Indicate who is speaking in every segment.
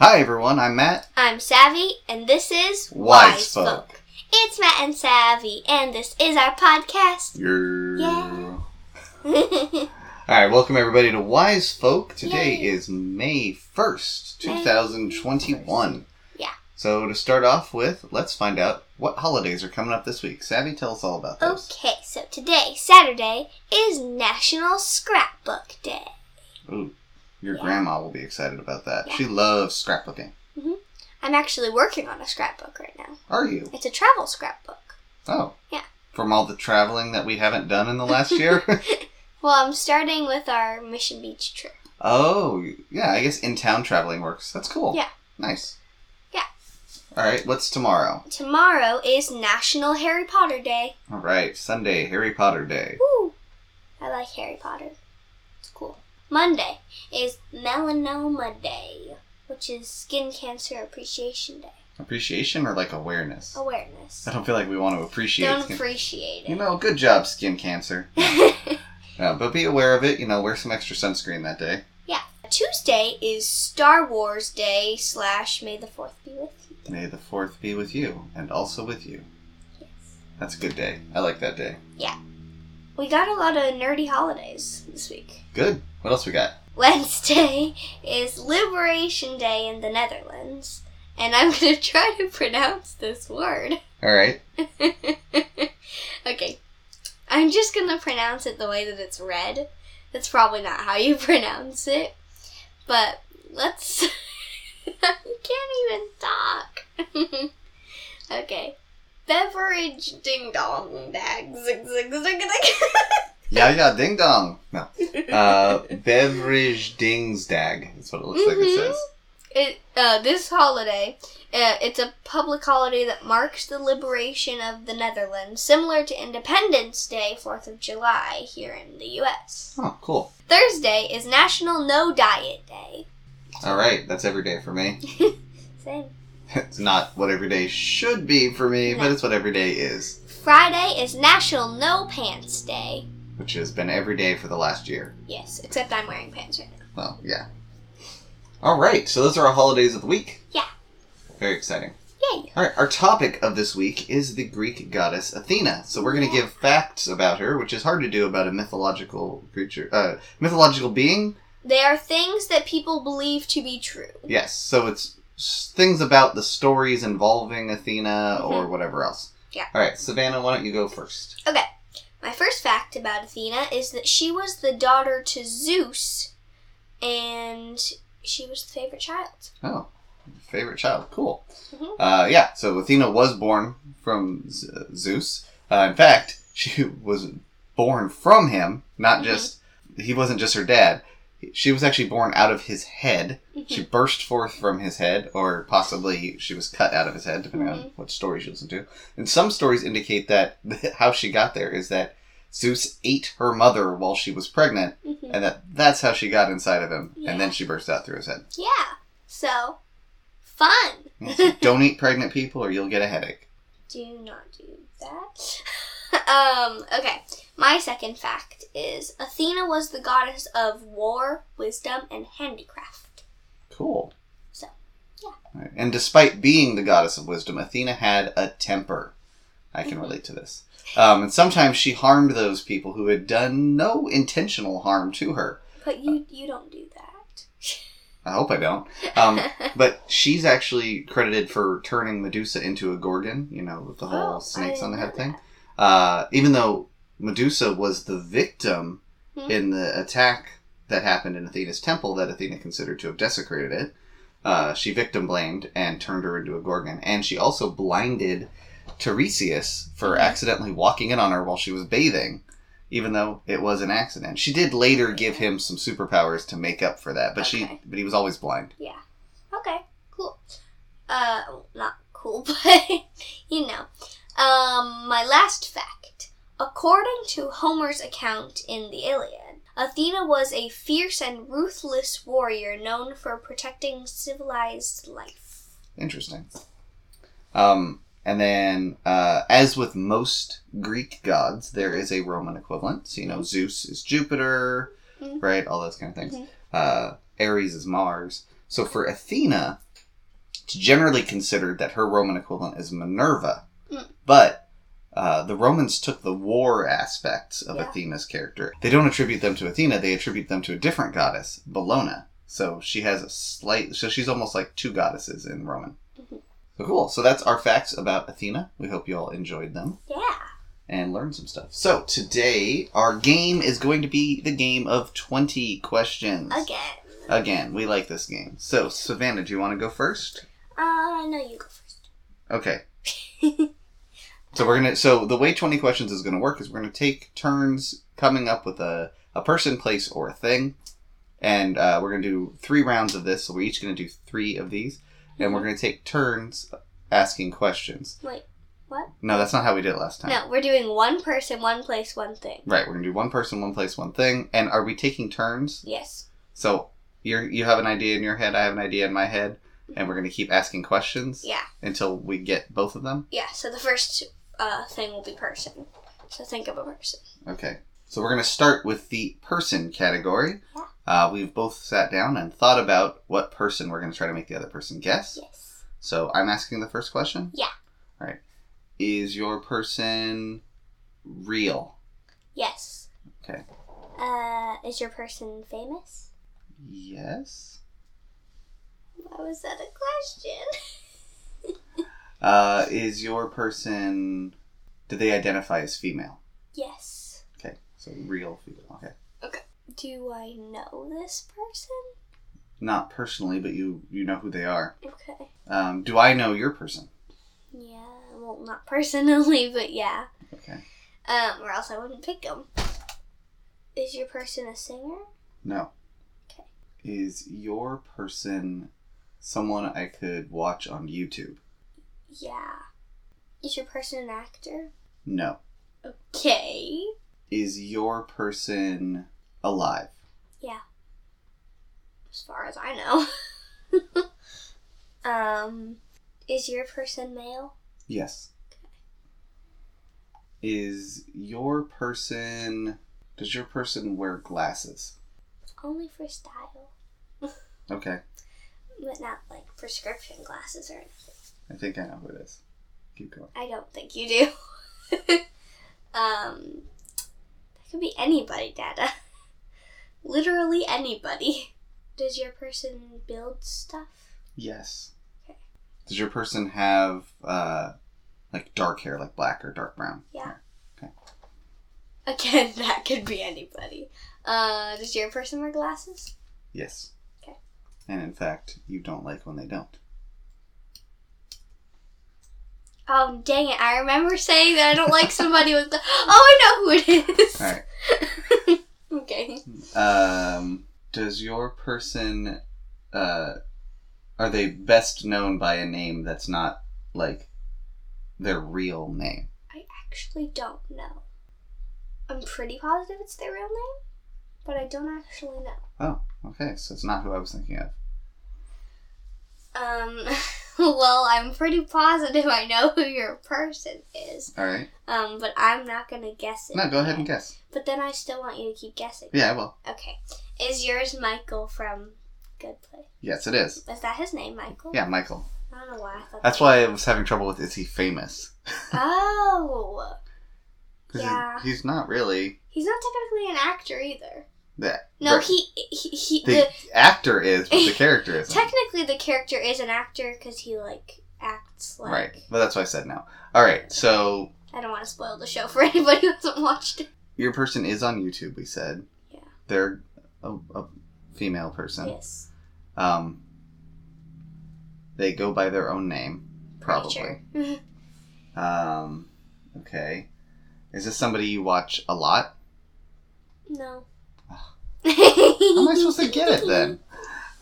Speaker 1: Hi everyone, I'm Matt.
Speaker 2: I'm Savvy, and this is
Speaker 1: Wise Folk.
Speaker 2: It's Matt and Savvy, and this is our podcast.
Speaker 1: You're...
Speaker 2: Yeah.
Speaker 1: Alright, welcome everybody to Wise Folk. Today
Speaker 2: Yay.
Speaker 1: is May 1st,
Speaker 2: May
Speaker 1: 2021.
Speaker 2: Yeah.
Speaker 1: So to start off with, let's find out what holidays are coming up this week. Savvy, tell us all about those.
Speaker 2: okay, so today, Saturday, is National Scrapbook Day.
Speaker 1: Ooh, your
Speaker 2: Yeah.
Speaker 1: grandma will be excited about that.
Speaker 2: Yeah.
Speaker 1: She loves scrapbooking.
Speaker 2: I'm actually working on a scrapbook right now.
Speaker 1: Are you?
Speaker 2: It's a travel scrapbook.
Speaker 1: Oh.
Speaker 2: Yeah.
Speaker 1: From all the traveling that we haven't done in the last year?
Speaker 2: Well, I'm starting with our Mission Beach trip.
Speaker 1: Oh, yeah, I guess in town traveling works. That's cool.
Speaker 2: Yeah.
Speaker 1: Nice.
Speaker 2: Yeah.
Speaker 1: All right, what's tomorrow?
Speaker 2: Tomorrow is National Harry Potter Day.
Speaker 1: All right, Sunday, Harry Potter Day.
Speaker 2: Woo! I like Harry Potter. It's cool. Monday is Melanoma Day, which is Skin Cancer Appreciation Day.
Speaker 1: Appreciation or like awareness?
Speaker 2: Awareness.
Speaker 1: I don't feel like we want to appreciate
Speaker 2: Don't
Speaker 1: skin-
Speaker 2: appreciate
Speaker 1: You
Speaker 2: it.
Speaker 1: know, good job, skin cancer. Uh, but be aware of it, you know, wear some extra sunscreen that day.
Speaker 2: Tuesday is Star Wars Day slash May the Fourth be with you.
Speaker 1: May the 4th be with you and also with you.
Speaker 2: Yes.
Speaker 1: That's a good day. I like that day.
Speaker 2: We got a lot of nerdy holidays this week.
Speaker 1: Good. What else we got?
Speaker 2: Wednesday is Liberation Day in the Netherlands, and I'm gonna try to pronounce this word.
Speaker 1: All right.
Speaker 2: okay, I'm just gonna pronounce it the way that it's read. That's probably not how you pronounce it, but let's. I can't even talk. okay, beverage ding dong bag zig zig zig zig.
Speaker 1: Yeah, yeah, ding dong. No. Uh, beverage dings dag. That's what it looks like it
Speaker 2: Mhm.
Speaker 1: says.
Speaker 2: It uh, this holiday, uh, it's a public holiday that marks the liberation of the Netherlands, similar to Independence Day, Fourth of July here in the U.S.
Speaker 1: Oh, cool.
Speaker 2: Thursday is National No Diet Day.
Speaker 1: All right, that's every day for me.
Speaker 2: Same.
Speaker 1: It's not what every day should be for me, but
Speaker 2: No.
Speaker 1: it's what every day is,
Speaker 2: Friday is National No Pants Day.
Speaker 1: which has been every day for the last year.
Speaker 2: Yes, except I'm wearing pants right now.
Speaker 1: Well, yeah. All right, so those are our holidays of the week.
Speaker 2: Yeah.
Speaker 1: Very exciting.
Speaker 2: Yay!
Speaker 1: All right, our topic of this week is the Greek goddess Athena. So we're going to
Speaker 2: Yeah.
Speaker 1: give facts about her, which is hard to do about a mythological creature, uh, mythological being.
Speaker 2: They are things that people believe to be true.
Speaker 1: Yes. So it's s- things about the stories involving Athena or whatever else.
Speaker 2: Mm-hmm. Yeah.
Speaker 1: All right, Savannah, why don't you go first?
Speaker 2: My first fact about Athena is that she was the daughter to Zeus, and she was the favorite child.
Speaker 1: Oh, favorite child. Cool.
Speaker 2: Mhm.
Speaker 1: Uh, yeah, so Athena was born from Z- Zeus. Uh, in fact, she was born from him, not
Speaker 2: Mhm.
Speaker 1: just, he wasn't just her dad. She was actually born out of his head.
Speaker 2: Mm-hmm.
Speaker 1: She burst forth from his head, or possibly she was cut out of his head, depending on what stories you listen to. And some stories indicate that how she got there is that Zeus ate her mother while she was pregnant,
Speaker 2: Mhm.
Speaker 1: and that that's how she got inside of him,
Speaker 2: Yeah.
Speaker 1: and then she burst out through his head.
Speaker 2: Yeah. So, fun.
Speaker 1: Don't eat pregnant people or you'll get a headache.
Speaker 2: Do not do that. um, okay. My second fact is Athena was the goddess of war, wisdom, and handicraft.
Speaker 1: Cool.
Speaker 2: So,
Speaker 1: yeah. And despite being the goddess of wisdom, Athena had a temper. I can
Speaker 2: Mhm.
Speaker 1: relate to this. Um, and sometimes she harmed those people who had done no intentional harm to her.
Speaker 2: But
Speaker 1: Uh,
Speaker 2: you you don't do that.
Speaker 1: I hope I don't. Um, but she's actually credited for turning Medusa into a gorgon, you know, with the whole
Speaker 2: Oh, I
Speaker 1: snakes on the
Speaker 2: didn't
Speaker 1: head
Speaker 2: know
Speaker 1: thing. Uh, even though Medusa was the victim
Speaker 2: Hmm.
Speaker 1: in the attack that happened in Athena's temple that Athena considered to have desecrated it, uh, she victim blamed and turned her into a gorgon. And she also blinded Tiresias for
Speaker 2: Mhm.
Speaker 1: accidentally walking in on her while she was bathing. Even though it was an accident, she did later give him some superpowers to make up for that. But she,
Speaker 2: Okay.
Speaker 1: but he was always blind.
Speaker 2: Okay, cool. Uh, not cool, but you know. Um, my last fact. According to Homer's account in the Iliad, Athena was a fierce and ruthless warrior known for protecting civilized life.
Speaker 1: Interesting. Um, and then, uh, as with most Greek gods, there is a Roman equivalent. So, you know, Zeus is Jupiter,
Speaker 2: Mhm. Mm-hmm.
Speaker 1: right? All those kind of things.
Speaker 2: Mhm.
Speaker 1: Uh, Ares is Mars. So, for Athena, It's generally considered that her Roman equivalent is Minerva,
Speaker 2: Mm.
Speaker 1: but uh, the Romans took the war aspects of
Speaker 2: Yeah.
Speaker 1: Athena's character. They don't attribute them to Athena; they attribute them to a different goddess, Bellona. So she has a slight. So she's almost like two goddesses in Roman.
Speaker 2: Mhm.
Speaker 1: So cool. So that's our facts about Athena. We hope you all enjoyed them
Speaker 2: Yeah.
Speaker 1: and learned some stuff. So today our game is going to be the game of twenty questions.
Speaker 2: Again.
Speaker 1: Again, we like this game. So, Savannah, do you want to go first?
Speaker 2: Uh, no, you go first.
Speaker 1: Okay. so we're gonna. So the way twenty questions is gonna work is we're gonna take turns coming up with a a person, place, or a thing, and uh, we're gonna do three rounds of this. So we're each gonna do three of these, and we're gonna take turns asking questions.
Speaker 2: Wait, what?
Speaker 1: No, that's not how we did it last time.
Speaker 2: No, we're doing one person, one place, one thing.
Speaker 1: Right. We're gonna do one person, one place, one thing. And are we taking turns?
Speaker 2: Yes.
Speaker 1: So you are you have an idea in your head, I have an idea in my head, and we're gonna keep asking questions.
Speaker 2: Yeah.
Speaker 1: until we get both of them.
Speaker 2: Yeah, so the first uh, thing will be person. So think of a person.
Speaker 1: Okay. So we're going to start with the person category.
Speaker 2: Yeah.
Speaker 1: Uh, we've both sat down and thought about what person we're going to try to make the other person guess.
Speaker 2: Yes.
Speaker 1: So I'm asking the first question.
Speaker 2: Yeah.
Speaker 1: All right. Is your person real?
Speaker 2: Yes.
Speaker 1: Okay.
Speaker 2: Uh, is your person famous?
Speaker 1: Yes.
Speaker 2: Why was that a question?
Speaker 1: Uh, is your person. Do they identify as female?
Speaker 2: Yes.
Speaker 1: Okay. So real female. Okay.
Speaker 2: Do I know this person?
Speaker 1: Not personally, but you you know who they are.
Speaker 2: Okay.
Speaker 1: Um, do I know your person?
Speaker 2: Yeah, well, not personally, but yeah.
Speaker 1: Okay.
Speaker 2: Um, or else I wouldn't pick them. Is your person a singer?
Speaker 1: No.
Speaker 2: Okay.
Speaker 1: Is your person someone I could watch on YouTube?
Speaker 2: Yeah. Is your person an actor?
Speaker 1: No.
Speaker 2: Okay.
Speaker 1: Is your person alive?
Speaker 2: As far as I know. um, is your person male?
Speaker 1: Yes. Is your person. Does your person wear glasses?
Speaker 2: Only for style,
Speaker 1: Okay.
Speaker 2: but not like prescription glasses or anything.
Speaker 1: I think I know who it is. Keep going.
Speaker 2: I don't think you do. um, that could be anybody, Dada. Literally anybody. Does your person build stuff?
Speaker 1: Yes.
Speaker 2: Okay.
Speaker 1: Does your person have, uh, like dark hair, like black or dark brown?
Speaker 2: Yeah.
Speaker 1: Okay.
Speaker 2: Again, that could be anybody. Uh, does your person wear glasses?
Speaker 1: Yes.
Speaker 2: Okay.
Speaker 1: And in fact, you don't like when they don't.
Speaker 2: Oh, dang it. I remember saying that I don't like somebody with gla- Oh, I know who it is.
Speaker 1: All right.
Speaker 2: Okay.
Speaker 1: Um, does your person, uh, are they best known by a name that's not like their real name?
Speaker 2: I actually don't know. I'm pretty positive it's their real name, but I don't actually know.
Speaker 1: Oh, Okay, so it's not who I was thinking of.
Speaker 2: Um, well, I'm pretty positive I know who your person is.
Speaker 1: All right.
Speaker 2: Um, but I'm not gonna guess it.
Speaker 1: No, go ahead and guess.
Speaker 2: But then I still want you to keep guessing.
Speaker 1: Yeah, I will.
Speaker 2: Okay. Is yours Michael from Good Play?
Speaker 1: Yes, it is.
Speaker 2: Is that his name, Michael?
Speaker 1: Yeah, Michael.
Speaker 2: I don't know why I thought
Speaker 1: That's
Speaker 2: that-
Speaker 1: why I was having trouble with is he famous?
Speaker 2: Oh.
Speaker 1: 'Cause he-
Speaker 2: Yeah.
Speaker 1: he's not really.
Speaker 2: He's not technically an actor either.
Speaker 1: That-
Speaker 2: No,
Speaker 1: right.
Speaker 2: he he, he
Speaker 1: The,
Speaker 2: the,
Speaker 1: actor is, but the character isn't.
Speaker 2: technically the character is an actor because he like acts like.
Speaker 1: Right, but that's what I said now. All right, so
Speaker 2: I don't want to spoil the show for anybody who hasn't watched it.
Speaker 1: your person is on YouTube. We said.
Speaker 2: Yeah.
Speaker 1: They're a, a female person.
Speaker 2: Yes.
Speaker 1: Um, they go by their own name, probably.
Speaker 2: Sure.
Speaker 1: Um, okay. Is this somebody you watch a lot?
Speaker 2: no.
Speaker 1: How am
Speaker 2: Am
Speaker 1: I supposed to get it then?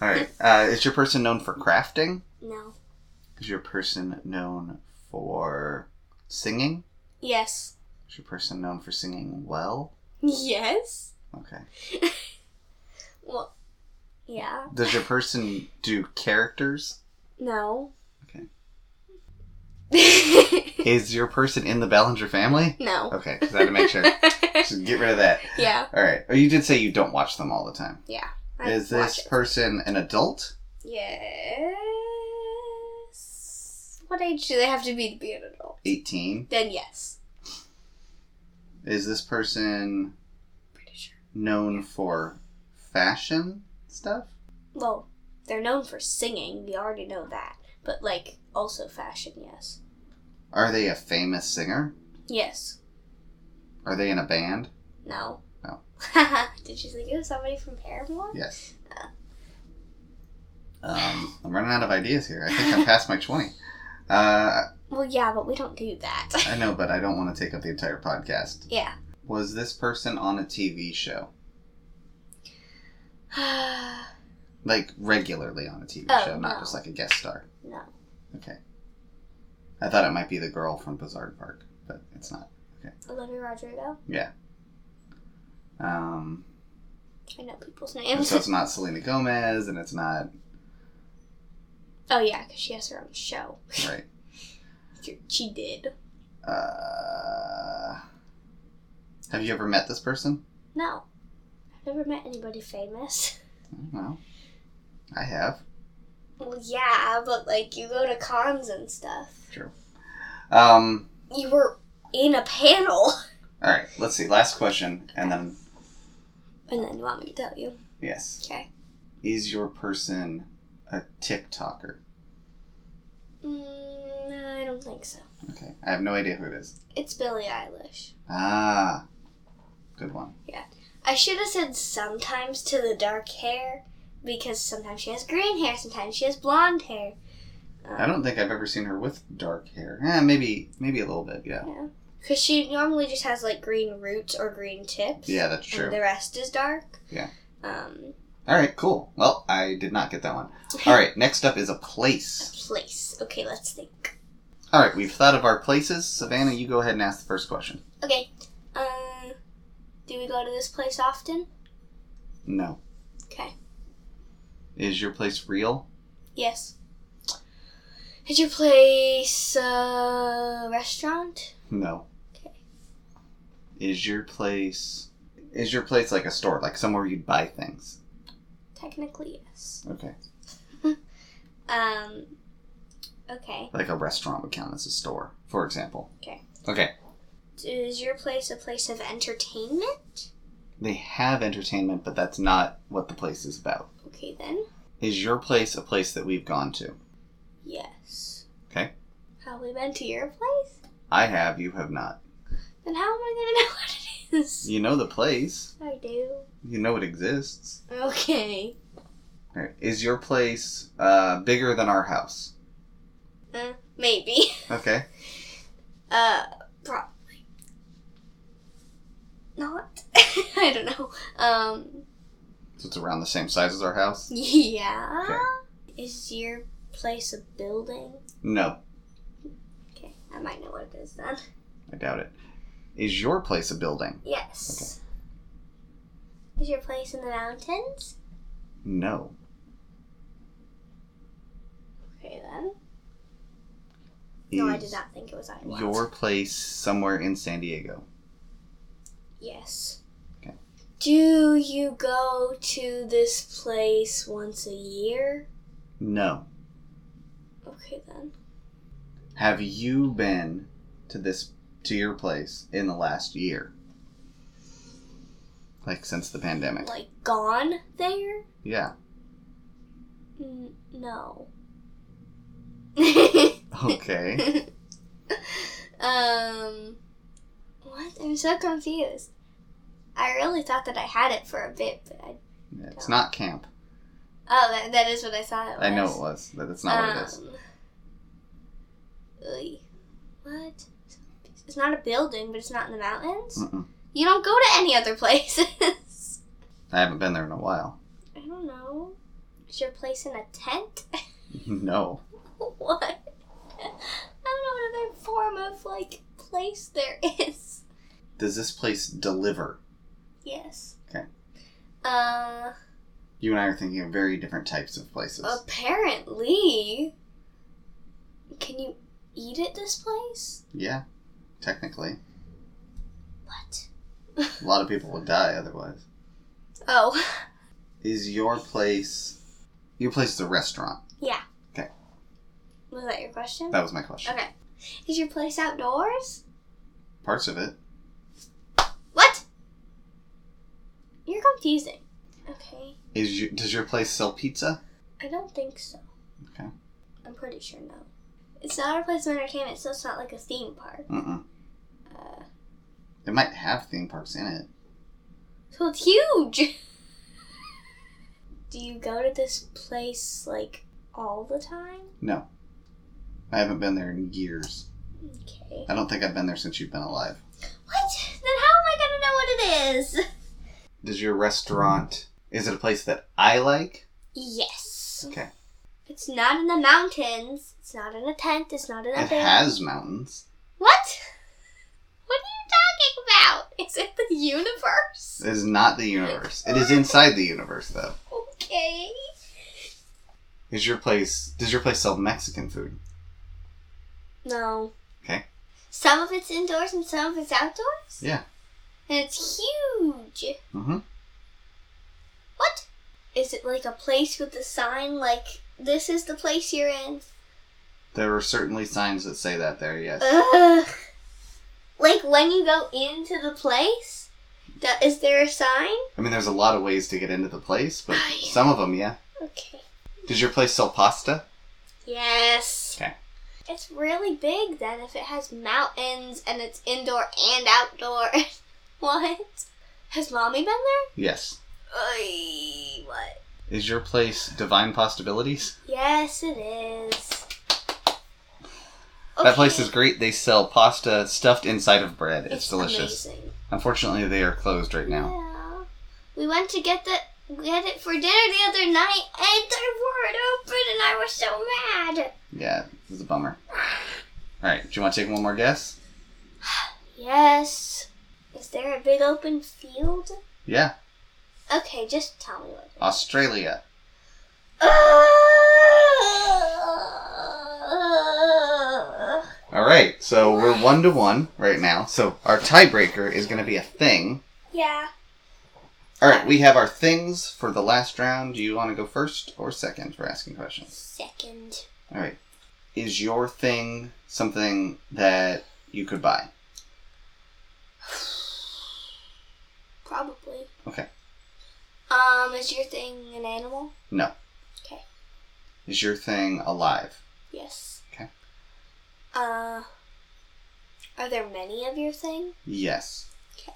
Speaker 1: All right. Uh, is your person known for crafting?
Speaker 2: No.
Speaker 1: Is your person known for singing?
Speaker 2: Yes.
Speaker 1: Is your person known for singing well?
Speaker 2: Yes.
Speaker 1: Okay.
Speaker 2: Well, yeah.
Speaker 1: Does your person do characters?
Speaker 2: No.
Speaker 1: Okay.
Speaker 2: Okay.
Speaker 1: Is your person in the Ballinger family?
Speaker 2: no.
Speaker 1: Okay, just had to make sure. Just get rid of that.
Speaker 2: yeah.
Speaker 1: All right. Oh, you did say you don't watch them all the time.
Speaker 2: Yeah. I
Speaker 1: Is
Speaker 2: watch
Speaker 1: this
Speaker 2: it.
Speaker 1: person an adult?
Speaker 2: Yes. What age do they have to be to be an adult?
Speaker 1: 18.
Speaker 2: Then yes.
Speaker 1: Is this person
Speaker 2: Pretty sure.
Speaker 1: known for fashion stuff?
Speaker 2: Well, they're known for singing. We already know that. But, like, also fashion, yes.
Speaker 1: Are they a famous singer?
Speaker 2: Yes.
Speaker 1: Are they in a band?
Speaker 2: No.
Speaker 1: No.
Speaker 2: Did you think it was somebody from Paramore?
Speaker 1: Yes. Um, I'm running out of ideas here. I think I'm past my 20. Uh,
Speaker 2: Well, yeah, but we don't do that.
Speaker 1: I know, but I don't want to take up the entire podcast.
Speaker 2: yeah.
Speaker 1: Was this person on a TV show? Like, regularly on a TV
Speaker 2: Oh,
Speaker 1: show, not
Speaker 2: no.
Speaker 1: just like a guest star.
Speaker 2: no.
Speaker 1: Okay. I thought it might be the girl from Bizarre Park, but it's not.
Speaker 2: Olivia Rodrigo?
Speaker 1: Um,
Speaker 2: I know people's
Speaker 1: and so
Speaker 2: names.
Speaker 1: it's not Selena Gomez, and it's not.
Speaker 2: oh, yeah, because she has her own show.
Speaker 1: Right.
Speaker 2: She- She did.
Speaker 1: Uh, have you ever met this person?
Speaker 2: No. I've never met anybody famous.
Speaker 1: I don't know. I have.
Speaker 2: Well, yeah, but, like, you go to cons and stuff.
Speaker 1: Um,
Speaker 2: You were in a panel.
Speaker 1: all right, let's see. Last question, and then
Speaker 2: And then you want me to tell you.
Speaker 1: yes,
Speaker 2: Okay.
Speaker 1: is your person a TikToker?
Speaker 2: Mm, no, I don't think so.
Speaker 1: Okay, I have no idea who it is.
Speaker 2: It's Billie Eilish.
Speaker 1: Ah, good one.
Speaker 2: I should have said sometimes to the dark hair because sometimes she has green hair, sometimes she has blonde hair. Um,
Speaker 1: I don't think I've ever seen her with dark hair. Eh, maybe, maybe a little bit. Yeah,
Speaker 2: Um, Yeah. Because she normally just has like green roots or green tips.
Speaker 1: yeah, that's true.
Speaker 2: And the rest is dark.
Speaker 1: Yeah.
Speaker 2: Um,
Speaker 1: All right, cool. Well, I did not get that one. All right, next up is a place.
Speaker 2: place. Okay, let's think.
Speaker 1: All right, we've thought of our places. Savannah, you go ahead and ask the first question.
Speaker 2: Okay. Um, do we go to this place often?
Speaker 1: No.
Speaker 2: Okay.
Speaker 1: Is your place real?
Speaker 2: Yes. Is your place a restaurant?
Speaker 1: No.
Speaker 2: Okay.
Speaker 1: Is your place is your place like a store, like somewhere you'd buy things?
Speaker 2: Technically, yes.
Speaker 1: Okay.
Speaker 2: Um, okay.
Speaker 1: Like a restaurant would count as a store, for example.
Speaker 2: Okay.
Speaker 1: Okay.
Speaker 2: Is your place a place of entertainment?
Speaker 1: They have entertainment, but that's not what the place is about.
Speaker 2: Okay, then.
Speaker 1: Is your place a place that we've gone to?
Speaker 2: Yes.
Speaker 1: Okay.
Speaker 2: Have we been to your place?
Speaker 1: I have, you have not.
Speaker 2: Then how am I gonna know what it is?
Speaker 1: You know the place.
Speaker 2: I do.
Speaker 1: You know it exists.
Speaker 2: Okay.
Speaker 1: All right. Is your place uh, bigger than our house?
Speaker 2: Uh, maybe.
Speaker 1: Okay.
Speaker 2: Uh, probably. Not. I don't know. Um,
Speaker 1: So it's around the same size as our house?
Speaker 2: yeah. Is your place a building?
Speaker 1: No,
Speaker 2: Okay, I might know what it is then.
Speaker 1: I doubt it. Is your place a building?
Speaker 2: Yes. Is your place in the mountains?
Speaker 1: No.
Speaker 2: Okay then. No, I did
Speaker 1: Is
Speaker 2: not think it was I.
Speaker 1: Your place somewhere in San Diego.
Speaker 2: Yes.
Speaker 1: Okay.
Speaker 2: Do you go to this place once a year?
Speaker 1: No.
Speaker 2: Okay then.
Speaker 1: Have you been to this to your place in the last year? Like since the pandemic.
Speaker 2: Like gone there?
Speaker 1: Yeah.
Speaker 2: N- no.
Speaker 1: Okay.
Speaker 2: um What? I'm so confused. I really thought that I had it for a bit, but I
Speaker 1: it's not camp.
Speaker 2: Oh, that, that is what I thought it was.
Speaker 1: I know it was, but it's not what it is.
Speaker 2: Uy, Um, what? It's not a building, but it's not in the mountains.
Speaker 1: Mm-mm.
Speaker 2: You don't go to any other places.
Speaker 1: I haven't been there in a while.
Speaker 2: I don't know. Is your place in a tent?
Speaker 1: no.
Speaker 2: what? I don't know what other form of like place there is.
Speaker 1: Does this place deliver?
Speaker 2: Yes.
Speaker 1: Okay.
Speaker 2: Uh,
Speaker 1: You and I are thinking of very different types of places.
Speaker 2: apparently. Can you eat at this place?
Speaker 1: Yeah, technically.
Speaker 2: What?
Speaker 1: A lot of people would die otherwise.
Speaker 2: Oh.
Speaker 1: Is your place. Your place is a restaurant.
Speaker 2: Yeah.
Speaker 1: Okay.
Speaker 2: Was that your question?
Speaker 1: That was my question.
Speaker 2: Okay. Is your place outdoors?
Speaker 1: Parts of it.
Speaker 2: What? You're confusing. Okay.
Speaker 1: Is you, does your place sell pizza?
Speaker 2: I don't think so.
Speaker 1: Okay.
Speaker 2: I'm pretty sure no. It's not a place of entertainment, so it's not like a theme park.
Speaker 1: Mm-mm.
Speaker 2: Uh,
Speaker 1: It might have theme parks in it.
Speaker 2: so it's huge! Do you go to this place like all the time?
Speaker 1: No. I haven't been there in years.
Speaker 2: Okay.
Speaker 1: I don't think I've been there since you've been alive.
Speaker 2: What? Then how am I gonna know what it is?
Speaker 1: Does your restaurant is it a place that I like?
Speaker 2: Yes.
Speaker 1: Okay.
Speaker 2: It's not in the mountains. It's not in a tent. It's not in a
Speaker 1: It
Speaker 2: van.
Speaker 1: has mountains.
Speaker 2: What? What are you talking about? Is it the universe?
Speaker 1: It is not the universe. It is inside the universe though.
Speaker 2: Okay.
Speaker 1: Is your place does your place sell Mexican food?
Speaker 2: No.
Speaker 1: Okay.
Speaker 2: Some of it's indoors and some of it's outdoors?
Speaker 1: Yeah.
Speaker 2: And it's huge.
Speaker 1: Mm-hmm.
Speaker 2: What? Is it like a place with a sign like this is the place you're in?
Speaker 1: There are certainly signs that say that there, yes.
Speaker 2: Ugh. Like when you go into the place? Do- Is there a sign?
Speaker 1: I mean there's a lot of ways to get into the place, but
Speaker 2: Oh, yeah.
Speaker 1: some of them, yeah.
Speaker 2: Okay.
Speaker 1: Does your place sell pasta?
Speaker 2: Yes.
Speaker 1: Okay.
Speaker 2: It's really big then if it has mountains and it's indoor and outdoor. what? Has mommy been there?
Speaker 1: Yes.
Speaker 2: Oy, what?
Speaker 1: Is your place divine possibilities?
Speaker 2: Yes, it is.
Speaker 1: That place is great. They sell pasta stuffed inside of bread. It's, delicious.
Speaker 2: Amazing.
Speaker 1: Unfortunately, they are closed right now.
Speaker 2: Yeah. We went to get the get it for dinner the other night and they weren't open and I was so mad.
Speaker 1: Yeah, this is a bummer. All right, do you want to take one more guess?
Speaker 2: Yes. Is there a big open field?
Speaker 1: Yeah,
Speaker 2: Okay, just tell me what. Ah!
Speaker 1: Australia.
Speaker 2: What?
Speaker 1: All right, so we're one to one right now. So our tiebreaker is going to be a thing.
Speaker 2: Yeah.
Speaker 1: All right, we have our things for the last round. Do you want to go first or second for asking questions?
Speaker 2: Second.
Speaker 1: All right, is your thing something that you could buy?
Speaker 2: Probably.
Speaker 1: Okay.
Speaker 2: Um, is your thing an animal?
Speaker 1: No.
Speaker 2: Okay.
Speaker 1: Is your thing alive?
Speaker 2: Yes.
Speaker 1: Okay.
Speaker 2: Uh, are there many of your thing?
Speaker 1: Yes.
Speaker 2: Okay.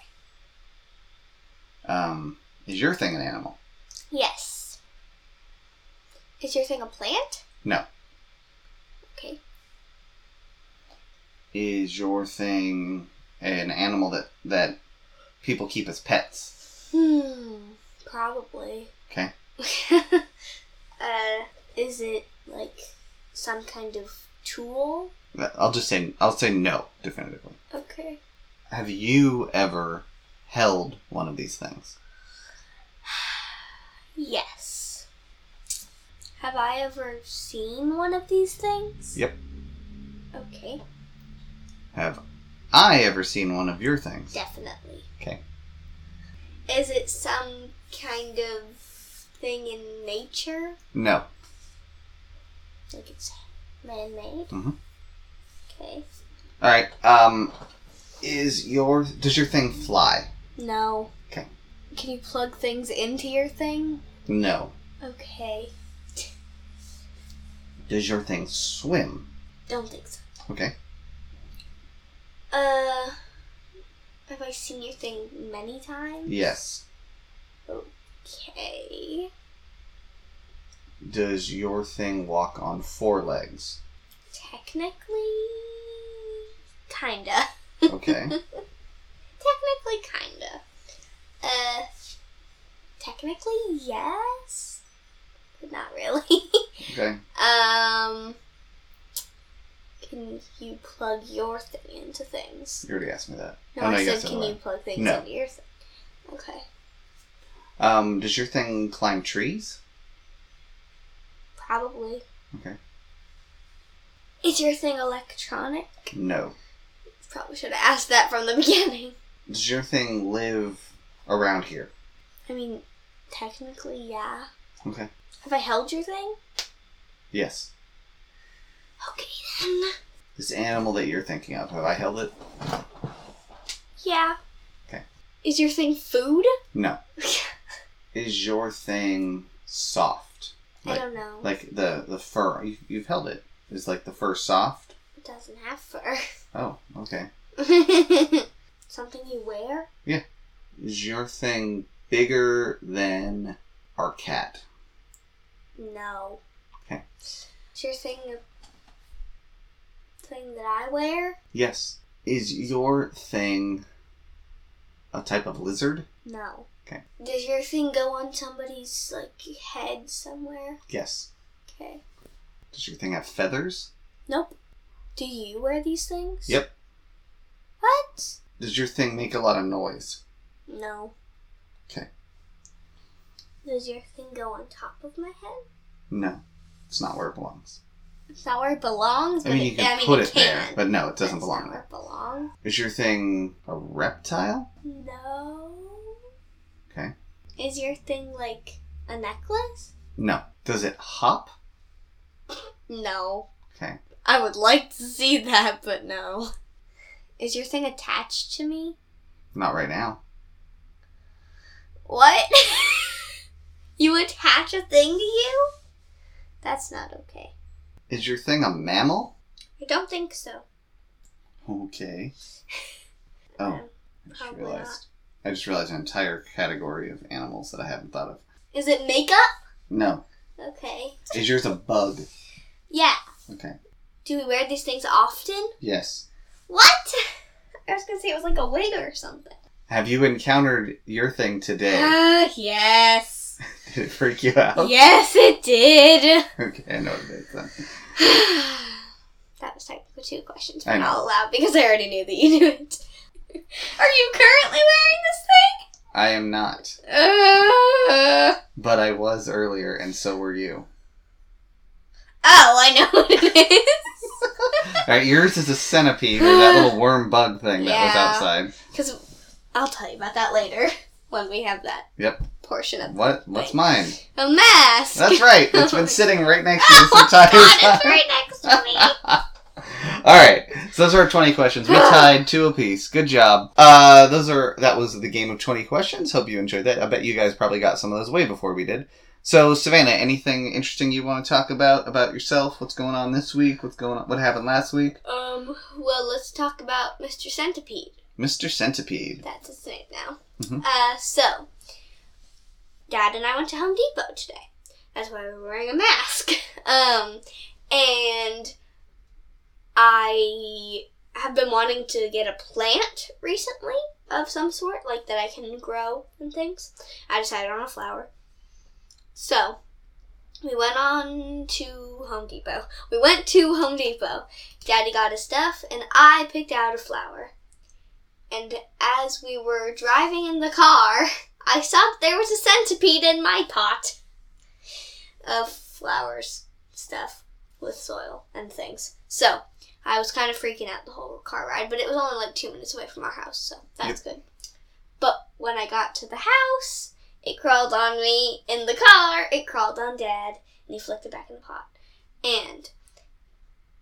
Speaker 1: Um, is your thing an animal?
Speaker 2: Yes. Is your thing a plant?
Speaker 1: No.
Speaker 2: Okay.
Speaker 1: Is your thing an animal that that people keep as pets?
Speaker 2: Hmm. Probably.
Speaker 1: Okay.
Speaker 2: uh, is it like some kind of tool?
Speaker 1: I'll just say I'll say no definitively.
Speaker 2: Okay.
Speaker 1: Have you ever held one of these things?
Speaker 2: Yes. Have I ever seen one of these things?
Speaker 1: Yep.
Speaker 2: Okay,
Speaker 1: Have I ever seen one of your things?
Speaker 2: definitely.
Speaker 1: Okay.
Speaker 2: Is it some kind of thing in nature?
Speaker 1: No.
Speaker 2: Like it's man made?
Speaker 1: Mhm.
Speaker 2: Okay.
Speaker 1: All right. Um, is your does your thing fly?
Speaker 2: No.
Speaker 1: 'Kay.
Speaker 2: Can you plug things into your thing?
Speaker 1: No.
Speaker 2: Okay.
Speaker 1: Does your thing swim?
Speaker 2: Don't think so.
Speaker 1: Okay.
Speaker 2: Uh, have I seen your thing many times?
Speaker 1: Yes.
Speaker 2: Okay.
Speaker 1: Does your thing walk on four legs?
Speaker 2: Technically, kinda.
Speaker 1: Okay.
Speaker 2: Technically, kinda. Uh, technically, yes, but not really.
Speaker 1: okay.
Speaker 2: um, can you plug your thing into things?
Speaker 1: You already asked me that.
Speaker 2: No,
Speaker 1: Oh, no,
Speaker 2: I
Speaker 1: you
Speaker 2: said,
Speaker 1: said
Speaker 2: can
Speaker 1: that.
Speaker 2: you plug things
Speaker 1: No.
Speaker 2: into your thing? Okay,
Speaker 1: Um, does your thing climb trees?
Speaker 2: probably.
Speaker 1: Okay.
Speaker 2: Is your thing electronic?
Speaker 1: No.
Speaker 2: Probably should have asked that from the beginning.
Speaker 1: Does your thing live around here?
Speaker 2: I mean, technically, yeah.
Speaker 1: Okay.
Speaker 2: Have I held your thing?
Speaker 1: Yes.
Speaker 2: Okay man.
Speaker 1: This animal that you're thinking of, have I held it?
Speaker 2: Yeah.
Speaker 1: Okay.
Speaker 2: Is your thing food?
Speaker 1: No. Is your thing soft?
Speaker 2: I
Speaker 1: Like-
Speaker 2: don't know.
Speaker 1: Like the the fur? You, you've held it. Is like the fur soft?
Speaker 2: it doesn't have fur.
Speaker 1: Oh, okay.
Speaker 2: Something you wear?
Speaker 1: Is your thing bigger than our cat?
Speaker 2: No.
Speaker 1: Okay.
Speaker 2: Is your thing a thing that I wear?
Speaker 1: Yes. Is your thing a type of lizard?
Speaker 2: No.
Speaker 1: Okay.
Speaker 2: Does your thing go on somebody's like head somewhere?
Speaker 1: Yes.
Speaker 2: Okay.
Speaker 1: Does your thing have feathers?
Speaker 2: Nope. Do you wear these things?
Speaker 1: Yep.
Speaker 2: What?
Speaker 1: Does your thing make a lot of noise?
Speaker 2: No.
Speaker 1: Okay.
Speaker 2: Does your thing go on top of my head?
Speaker 1: No. It's not where it belongs.
Speaker 2: It's not where it belongs.
Speaker 1: I
Speaker 2: But
Speaker 1: mean, you
Speaker 2: it,
Speaker 1: can
Speaker 2: I mean,
Speaker 1: put
Speaker 2: it,
Speaker 1: it there,
Speaker 2: can.
Speaker 1: but no, it doesn't
Speaker 2: That's
Speaker 1: belong
Speaker 2: not where
Speaker 1: there.
Speaker 2: it belongs.
Speaker 1: Is your thing a reptile?
Speaker 2: No.
Speaker 1: Okay.
Speaker 2: Is your thing like a necklace?
Speaker 1: No. Does it hop?
Speaker 2: No.
Speaker 1: Okay.
Speaker 2: I would like to see that, but no. Is your thing attached to me?
Speaker 1: Not right now.
Speaker 2: What? you attach a thing to you? That's not okay.
Speaker 1: Is your thing a mammal?
Speaker 2: I don't think so.
Speaker 1: Okay.
Speaker 2: Um,
Speaker 1: Oh, I just
Speaker 2: Probably
Speaker 1: realized. I just realized an entire category of animals that I haven't thought of.
Speaker 2: Is it makeup?
Speaker 1: No.
Speaker 2: Okay.
Speaker 1: Is yours a bug?
Speaker 2: Yeah.
Speaker 1: Okay.
Speaker 2: Do we wear these things often?
Speaker 1: Yes.
Speaker 2: What? I was gonna say it was like a wig or something.
Speaker 1: Have you encountered your thing today?
Speaker 2: Ah, yes.
Speaker 1: Did it freak you out?
Speaker 2: Yes, it did.
Speaker 1: Okay, I know what it is then.
Speaker 2: that was technically two questions,
Speaker 1: I
Speaker 2: but
Speaker 1: know.
Speaker 2: not allowed because I already knew that you knew it. Are you currently wearing this thing?
Speaker 1: I am not,
Speaker 2: Uh,
Speaker 1: but I was earlier, and so were you.
Speaker 2: oh, I know what it is.
Speaker 1: All right, yours is a centipede or that little worm bug thing that was
Speaker 2: Yeah.
Speaker 1: outside.
Speaker 2: Because I'll tell you about that later when we have that
Speaker 1: Yep.
Speaker 2: portion of
Speaker 1: What? What's mine?
Speaker 2: a mask.
Speaker 1: That's right. It's been sitting right next to you this entire
Speaker 2: God, it's
Speaker 1: time.
Speaker 2: right next to me.
Speaker 1: All right, so those are our twenty questions. We tied two apiece. Good job. Uh, those are that was the game of twenty questions. Hope you enjoyed that. I bet you guys probably got some of those way before we did. So, Savannah, anything interesting you want to talk about about yourself? What's going on this week? What's going on? What happened last week?
Speaker 2: Um, well, let's talk about Mr. Centipede.
Speaker 1: Mister Centipede.
Speaker 2: That's his name now.
Speaker 1: Mhm.
Speaker 2: Uh, so, Dad and I went to Home Depot today. That's why we were wearing a mask. Um, and I have been wanting to get a plant recently of some sort, like that I can grow and things. I decided on a flower. So, we went on to Home Depot. We went to Home Depot. Daddy got his stuff, and I picked out a flower. And as we were driving in the car, I saw that there was a centipede in my pot of flowers, stuff with soil and things. So I was kind of freaking out the whole car ride, but it was only like two minutes away from our house, so that's good. But when I got to the house, it crawled on me in the car, it crawled on Dad, and he flicked it back in the pot. And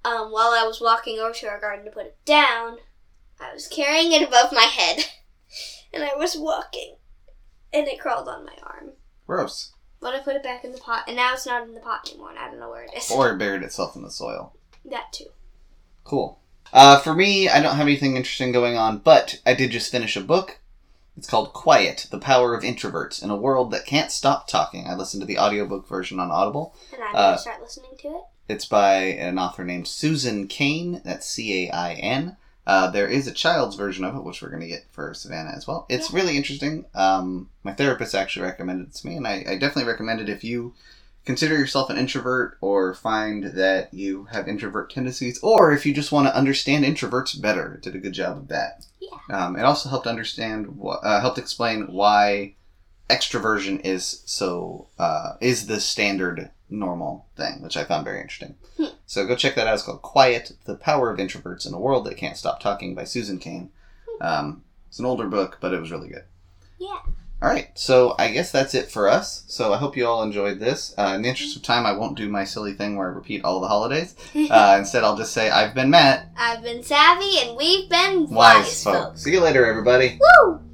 Speaker 2: um, while I was walking over to our garden to put it down, I was carrying it above my head, and I was walking, and it crawled on my arm.
Speaker 1: Gross.
Speaker 2: But I put it back in the pot, and now it's not in the pot anymore, and I don't know where it is.
Speaker 1: Or it buried itself in the soil.
Speaker 2: that too.
Speaker 1: Cool. Uh, for me, I don't have anything interesting going on, but I did just finish a book. It's called Quiet The Power of Introverts in a World That Can't Stop Talking. I listened to the audiobook version on Audible.
Speaker 2: And I'm
Speaker 1: Uh,
Speaker 2: gonna start listening to it.
Speaker 1: It's by an author named Susan Kane. That's C A I N. Uh, there is a child's version of it, which we're going to get for Savannah as well. It's really interesting. Um, my therapist actually recommended it to me, and I, I definitely recommend it if you consider yourself an introvert or find that you have introvert tendencies, or if you just want to understand introverts better. It did a good job of that.
Speaker 2: Yeah.
Speaker 1: Um, it also helped understand, wh- uh, helped explain why extroversion is so uh, is the standard normal thing, which I found very interesting.
Speaker 2: Hmm.
Speaker 1: So go check that out. It's called "Quiet: The Power of Introverts in a World That Can't Stop Talking" by Susan Kane. Um, it's an older book, but it was really good.
Speaker 2: Hmm. Yeah.
Speaker 1: All All right, so I guess that's it for us. So I hope you all enjoyed this. Uh, in the interest of time, I won't do my silly thing where I repeat all the holidays. Uh, instead, I'll just say I've been Matt.
Speaker 2: I've been savvy and we've been
Speaker 1: Wise folks. See you later, everybody.
Speaker 2: Woo!